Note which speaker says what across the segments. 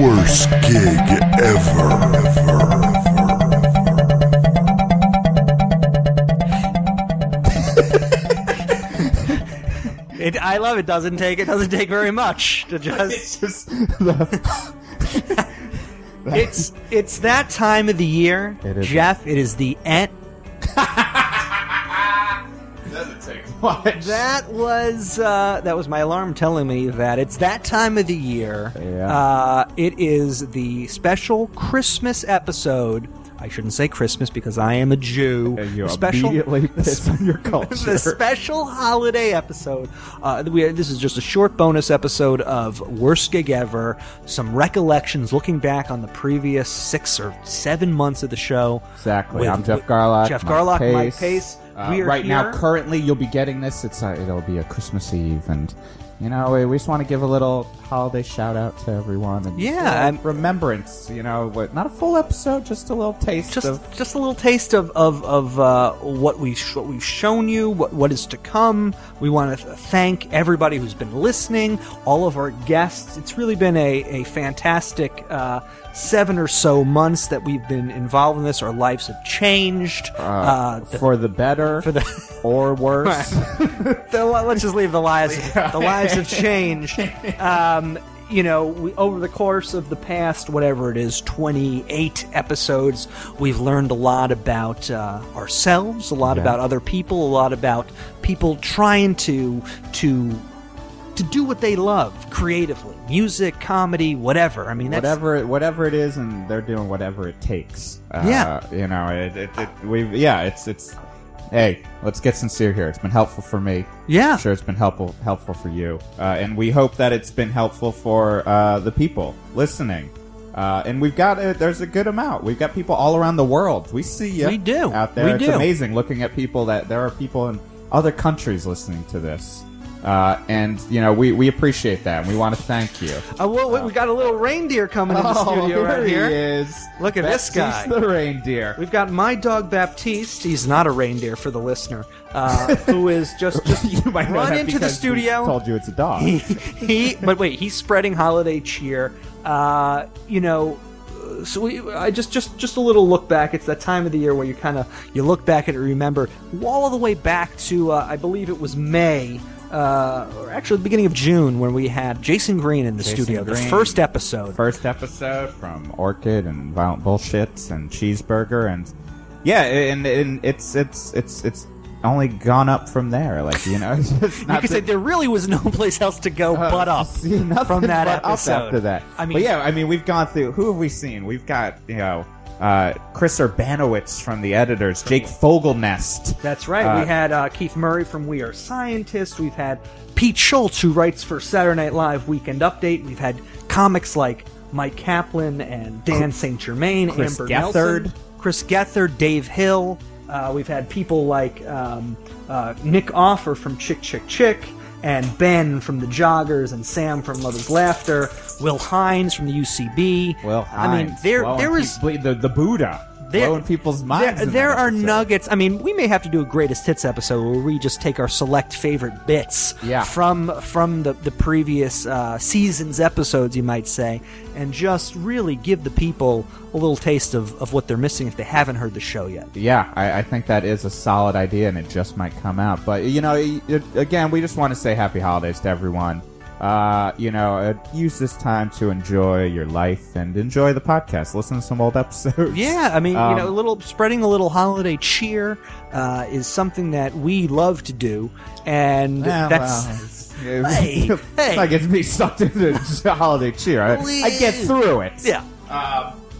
Speaker 1: Worst gig ever.
Speaker 2: It, I love it. Doesn't take it. Doesn't take very much to just.
Speaker 3: Just the-
Speaker 2: It's it's that time of the year,
Speaker 3: It is.
Speaker 2: Jeff. It is the end.
Speaker 3: doesn't take much.
Speaker 2: That was uh, that was my alarm telling me that it's that time of the year.
Speaker 3: Yeah.
Speaker 2: Uh, it is the special Christmas episode. I shouldn't say Christmas because I am a Jew.
Speaker 3: and you
Speaker 2: The special
Speaker 3: immediately piss on your culture.
Speaker 2: the special holiday episode. Uh, we this is just a short bonus episode of Worst Gig Ever. Some recollections looking back on the previous six or seven months of the show.
Speaker 3: Exactly.
Speaker 2: With-
Speaker 3: I'm Jeff
Speaker 2: with
Speaker 3: Garlock.
Speaker 2: Jeff
Speaker 3: Mike
Speaker 2: Garlock,
Speaker 3: Pace.
Speaker 2: Mike Pace.
Speaker 3: Uh,
Speaker 2: we are
Speaker 3: right now,
Speaker 2: here.
Speaker 3: currently, you'll be getting this. It's uh it'll be a Christmas Eve, and you know we, we just want to give a little holiday shout out to everyone. And
Speaker 2: Yeah,
Speaker 3: just a little
Speaker 2: I'm-
Speaker 3: remembrance. You know, what, not a full episode, just a little taste
Speaker 2: just
Speaker 3: of
Speaker 2: just a little taste of of, of uh, what we sh- what we've shown you, what what is to come. We want to thank everybody who's been listening, all of our guests. It's really been a a fantastic uh, seven or so months that we've been involved in this. Our lives have changed. Uh, the-
Speaker 3: for the better, for
Speaker 2: the-
Speaker 3: or worse.
Speaker 2: the, let's just leave the lives. The lives have changed. Um, you know, we, over the course of the past, whatever it is, 28 episodes, we've learned a lot about uh, ourselves, a lot about other people, a lot about people trying to to to do what they love creatively, music, comedy, whatever. I mean, that's,
Speaker 3: whatever it- whatever it is, and they're doing whatever it takes. Uh,
Speaker 2: Yeah.
Speaker 3: you know, it, it, it, we've yeah, it's it's. Hey, let's get sincere here. It's been helpful for me.
Speaker 2: Yeah.
Speaker 3: I'm sure, it's been helpful helpful for you, uh, and we hope that it's been helpful for uh, the people listening. Uh, and we've got a, there's a good amount. We've got people all around the world. We see you.
Speaker 2: We do.
Speaker 3: out there.
Speaker 2: We
Speaker 3: it's
Speaker 2: do.
Speaker 3: amazing looking at people that there are people in other countries listening to this. Uh, and you know we, we appreciate that. and We want to thank you.
Speaker 2: Oh, well, we- we got a little reindeer coming in the studio right here.
Speaker 3: Oh, he is.
Speaker 2: Look at this
Speaker 3: Baptiste
Speaker 2: guy.
Speaker 3: the reindeer.
Speaker 2: We've got my dog Baptiste. He's not a reindeer for the listener, uh, who is just just
Speaker 3: you might know
Speaker 2: run
Speaker 3: that
Speaker 2: into the
Speaker 3: because we
Speaker 2: studio.
Speaker 3: Told you it's a dog.
Speaker 2: he, but wait, he's spreading holiday cheer. Uh, you know, uh, so we, I just, just, just a little look back. It's that time of the year where you kind of you look back and remember all the way back to uh, I believe it was May. Uh, or actually, the beginning of June, when we had Jason Green in the
Speaker 3: Jason
Speaker 2: studio, the
Speaker 3: Green.
Speaker 2: first episode.
Speaker 3: First episode from Orchid and Violent Bullshits and Cheeseburger and yeah, and, and it's it's it's it's only gone up from there. Like you know, it's just
Speaker 2: you
Speaker 3: not
Speaker 2: could say
Speaker 3: been-
Speaker 2: there really was no place else to go but up
Speaker 3: See, nothing
Speaker 2: from that
Speaker 3: but up
Speaker 2: episode.
Speaker 3: after that.
Speaker 2: I mean,
Speaker 3: but yeah, I mean, we've gone through. Who have we seen? We've got you know. Uh, Chris Urbanowitz from the editors, Jake Fogelnest,
Speaker 2: That's right.
Speaker 3: Uh,
Speaker 2: we had uh, Keith Murray from We Are Scientists. We've had Pete Schultz, who writes for Saturday Night Live Weekend Update. We've had comics like Mike Kaplan and Dan St. Germain,
Speaker 3: Chris
Speaker 2: Amber
Speaker 3: Gethard.
Speaker 2: Nelson, Chris Gethard, Dave Hill. Uh, we've had people like um, uh, Nick Offer from Chick Chick Chick. And Ben from the Joggers, and Sam from Mother's Laughter, Will Hines from the UCB.
Speaker 3: Well,
Speaker 2: I mean, there there is
Speaker 3: the, the Buddha
Speaker 2: There-
Speaker 3: blowing people's minds.
Speaker 2: there,
Speaker 3: in
Speaker 2: there
Speaker 3: that
Speaker 2: are
Speaker 3: episode.
Speaker 2: nuggets. I mean, we may have to do a greatest hits episode where we just take our select favorite bits
Speaker 3: Yeah.
Speaker 2: from from the the previous uh, seasons episodes, you might say, and just really give the people a little taste of, of what they're missing if they haven't heard the show yet.
Speaker 3: Yeah, I, I think that is a solid idea, and it just might come out. But you know, it, it- again, we just want to say happy holidays to everyone. Uh, you know, uh, use this time to enjoy your life and enjoy the podcast. Listen to some old episodes.
Speaker 2: Yeah, I mean, you
Speaker 3: Um,
Speaker 2: know, a little spreading a little holiday cheer uh, is something that we love to do, and
Speaker 3: Yeah,
Speaker 2: that's.
Speaker 3: well, it's- it-
Speaker 2: Hey,
Speaker 3: it's
Speaker 2: hey.
Speaker 3: like it's me something to holiday cheer. I, I get
Speaker 2: Please.
Speaker 3: through it.
Speaker 2: Yeah.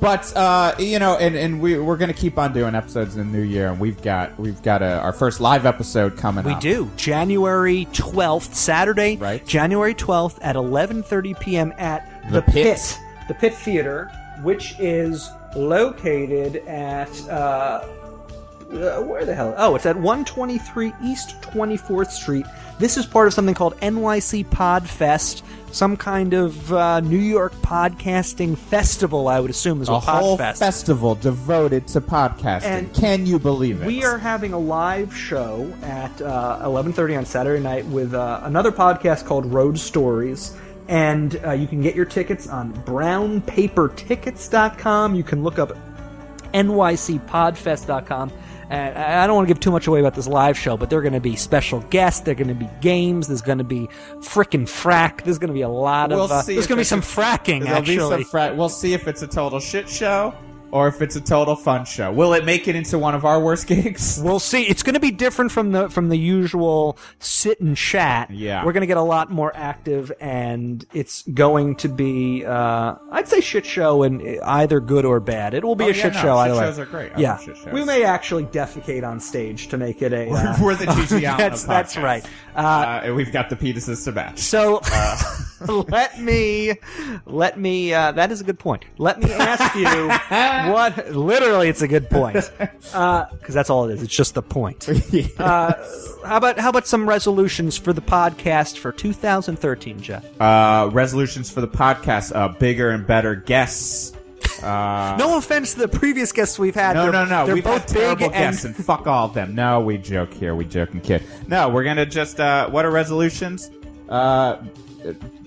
Speaker 3: But uh, you know, and, and we we're gonna keep on doing episodes in the new year, and we've got we've got a, our first live episode coming.
Speaker 2: We
Speaker 3: up.
Speaker 2: do January twelfth, Saturday,
Speaker 3: Right.
Speaker 2: January twelfth at eleven thirty p.m. at the,
Speaker 3: The Pit.
Speaker 2: the Pit Theater. which is located at uh, uh, where the hell? Oh, it's at 123 East 24th Street. This is part of something called NYC Pod Fest, some kind of uh, New York podcasting festival. I would assume is
Speaker 3: A
Speaker 2: what
Speaker 3: whole
Speaker 2: Podfest.
Speaker 3: festival devoted to podcasting.
Speaker 2: And
Speaker 3: Can you believe it?
Speaker 2: We are having a live show at uh, 11:30 on Saturday night with uh, another podcast called Road Stories. And uh, you can get your tickets on brownpapertickets.com. You can look up nycpodfest.com. And Uh, I I don't want to give too much away about this live show, but there are going to be special guests. There are going to be games. There's going to be frickin' frack. There's going to be a lot
Speaker 3: We'll
Speaker 2: of. Uh,
Speaker 3: see
Speaker 2: there's
Speaker 3: if
Speaker 2: going to be
Speaker 3: it's-
Speaker 2: some fracking,
Speaker 3: There'll
Speaker 2: actually.
Speaker 3: be some fra- we'll see if it's a total shit show or if it's a total fun show. Will it make it into one of our worst gigs?
Speaker 2: We'll see. It's going to be different from the from the usual sit and chat.
Speaker 3: Yeah.
Speaker 2: we're going to get a lot more active, and it's going to be uh, I'd say shit show, and either good or bad. It will be
Speaker 3: Oh,
Speaker 2: a
Speaker 3: yeah,
Speaker 2: shit
Speaker 3: no,
Speaker 2: show.
Speaker 3: shit
Speaker 2: either way.
Speaker 3: shows are great. I
Speaker 2: Yeah,
Speaker 3: love shit shows.
Speaker 2: we may actually defecate on stage to make it a. uh,
Speaker 3: We're the GG out
Speaker 2: that's
Speaker 3: podcast.
Speaker 2: that's right.
Speaker 3: Uh, and we've got the penises to match.
Speaker 2: So
Speaker 3: Uh.
Speaker 2: let me let me uh, that is a good point. Let me ask you what literally it's a good point because that's all it is. It's just the point. uh, how about how about some resolutions for the podcast for 2013, Jeff?
Speaker 3: Uh, resolutions for the podcast: uh, bigger and better guests. Uh,
Speaker 2: no offense to the previous guests we've had.
Speaker 3: no,
Speaker 2: They're-
Speaker 3: no, no.
Speaker 2: They're
Speaker 3: We've
Speaker 2: both
Speaker 3: had terrible
Speaker 2: big
Speaker 3: guests,
Speaker 2: and
Speaker 3: and fuck all of them. No, we joke here. We joke and kid. No, we're gonna just. Uh, what are resolutions? Uh,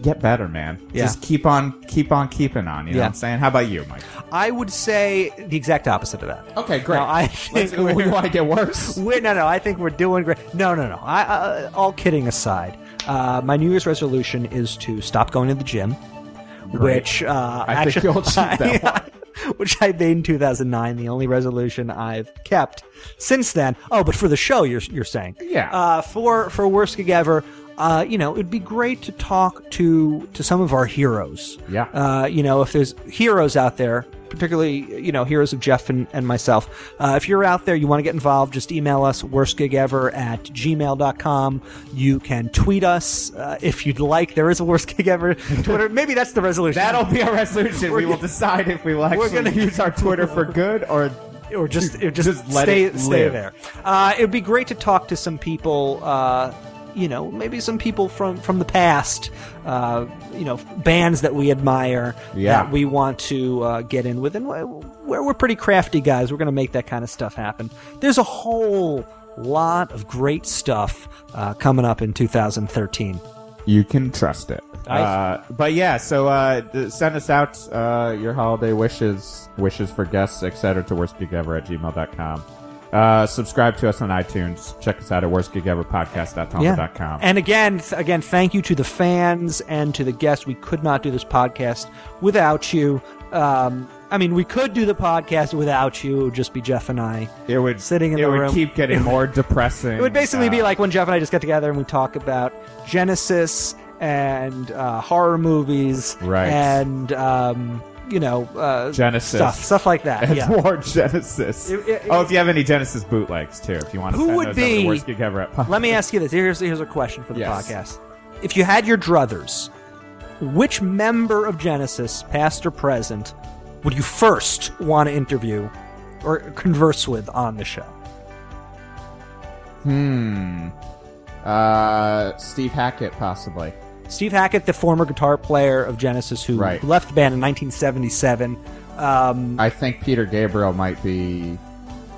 Speaker 3: get better, man.
Speaker 2: Yeah.
Speaker 3: Just keep on, keep on, keeping on. You know
Speaker 2: Yeah.
Speaker 3: what I'm saying? How about you, Mike?
Speaker 2: I would say the exact opposite of that.
Speaker 3: Okay, great.
Speaker 2: No, I
Speaker 3: Let's-
Speaker 2: think
Speaker 3: we want to get worse.
Speaker 2: We're, no, no, I think we're doing great. No, no, no. I, uh, all kidding aside, uh, my New Year's resolution is to stop going to the gym, which uh,
Speaker 3: I think
Speaker 2: actually,
Speaker 3: you'll achieve that
Speaker 2: which I made in 2009. The only resolution I've kept since then. Oh, but for the show, you're you're saying,
Speaker 3: Yeah.
Speaker 2: Uh, for for worst gig ever. Uh, you know, it'd be great to talk to to some of our heroes.
Speaker 3: Yeah.
Speaker 2: Uh, you know, if there's heroes out there, particularly, you know, heroes of Jeff and, and myself, uh, if you're out there, you want to get involved, just email us, worstgigever at gmail.com. You can tweet us uh, if you'd like. There is a worst gig ever Twitter. Maybe that's the resolution.
Speaker 3: That'll be our resolution.
Speaker 2: We're
Speaker 3: we will
Speaker 2: gonna-
Speaker 3: decide if we will actually
Speaker 2: gonna-
Speaker 3: use our Twitter for good or
Speaker 2: or just or just,
Speaker 3: Just let
Speaker 2: stay
Speaker 3: it
Speaker 2: stay
Speaker 3: live.
Speaker 2: there. Uh, it would be great to talk to some people. Uh, you know, maybe some people from from the past. Uh, you know, bands that we admire
Speaker 3: Yeah.
Speaker 2: that we want to uh, get in with, and we're, we're pretty crafty guys. We're going to make that kind of stuff happen. There's a whole lot of great stuff uh, coming up in 2013.
Speaker 3: you can trust it.
Speaker 2: I-
Speaker 3: Uh, but yeah, so uh, d- send us out uh, your holiday wishes, wishes for guests, etc. to worstgigever at gmail.com. Uh, subscribe to us on iTunes. Check us out at worstgigeverpodcast.tumblr.com.
Speaker 2: And again, th- again, thank you to the fans and to the guests. We could not do this podcast without you. Um, I mean, we could do the podcast without you. It would just be Jeff and I.
Speaker 3: it would
Speaker 2: sitting in
Speaker 3: it
Speaker 2: the
Speaker 3: would
Speaker 2: room.
Speaker 3: keep getting more depressing.
Speaker 2: It would basically
Speaker 3: uh,
Speaker 2: be like when Jeff and I just get together and we talk about Genesis and uh, horror movies,
Speaker 3: Right.
Speaker 2: And um, you know, uh,
Speaker 3: Genesis.
Speaker 2: stuff, stuff like that.
Speaker 3: and
Speaker 2: Yeah.
Speaker 3: more Genesis.
Speaker 2: It- it-
Speaker 3: oh, if you have any Genesis bootlegs too, if you want to
Speaker 2: Who
Speaker 3: send
Speaker 2: would
Speaker 3: those
Speaker 2: be-
Speaker 3: over to worstgigever at pod-
Speaker 2: Let me ask you this. Here's here's a question for the
Speaker 3: Yes.
Speaker 2: podcast. If you had your druthers, which member of Genesis, past or present, would you first want to interview or converse with on the show?
Speaker 3: Hmm. Uh, Steve Hackett, possibly.
Speaker 2: Steve Hackett, the former guitar player of Genesis, who
Speaker 3: Right.
Speaker 2: left the band in 1977. Um,
Speaker 3: I think Peter Gabriel might be,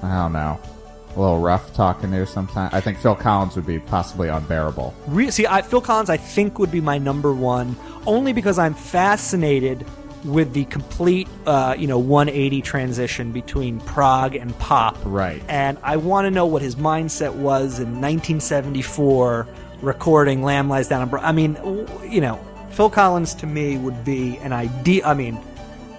Speaker 3: I don't know, a little rough talking to sometimes. I think Phil Collins would be possibly unbearable.
Speaker 2: re- see, I, Phil Collins, I think, would be my number one, only because I'm fascinated with the complete, uh, you know, 180 transition between prog and pop.
Speaker 3: Right.
Speaker 2: and I want to know what his mindset was in 1974 recording Lamb Lies Down. And Bro- I mean, w- you know, Phil Collins to me would be an idea. I mean,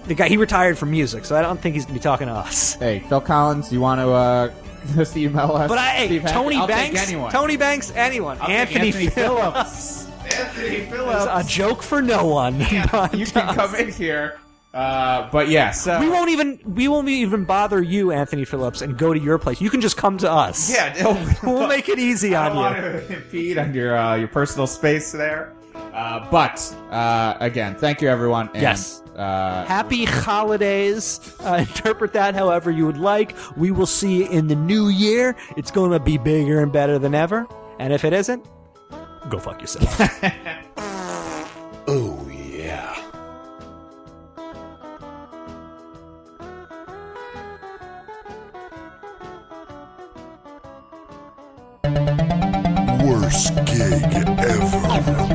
Speaker 2: the guy, he retired from music, so I don't think he's going to be talking to us.
Speaker 3: Hey, Phil Collins, you want to uh, just email us?
Speaker 2: But I, hey,
Speaker 3: Steve Hackett?
Speaker 2: Tony
Speaker 3: I'll take
Speaker 2: Banks,
Speaker 3: anyone.
Speaker 2: Tony Banks, anyone,
Speaker 3: I'll take
Speaker 2: Anthony,
Speaker 3: Anthony
Speaker 2: Phillips.
Speaker 3: Anthony
Speaker 2: a
Speaker 3: Phillips.
Speaker 2: joke for no one. but,
Speaker 3: you can come in here. Uh, but yeah, so
Speaker 2: we won't even we won't even bother you, Anthony Phillips, and go to your place. You can just come to us.
Speaker 3: yeah, it'll-
Speaker 2: we'll make it easy
Speaker 3: I
Speaker 2: on
Speaker 3: don't
Speaker 2: you.
Speaker 3: want to impede on your uh, your personal space there. Uh, but uh, again, thank you, everyone. And,
Speaker 2: Yes.
Speaker 3: Uh,
Speaker 2: Happy holidays. Uh, interpret that however you would like. We will see you in the new year. It's going to be bigger and better than ever. And if it isn't, go fuck yourself.
Speaker 1: Oh, yeah. Worst gig ever.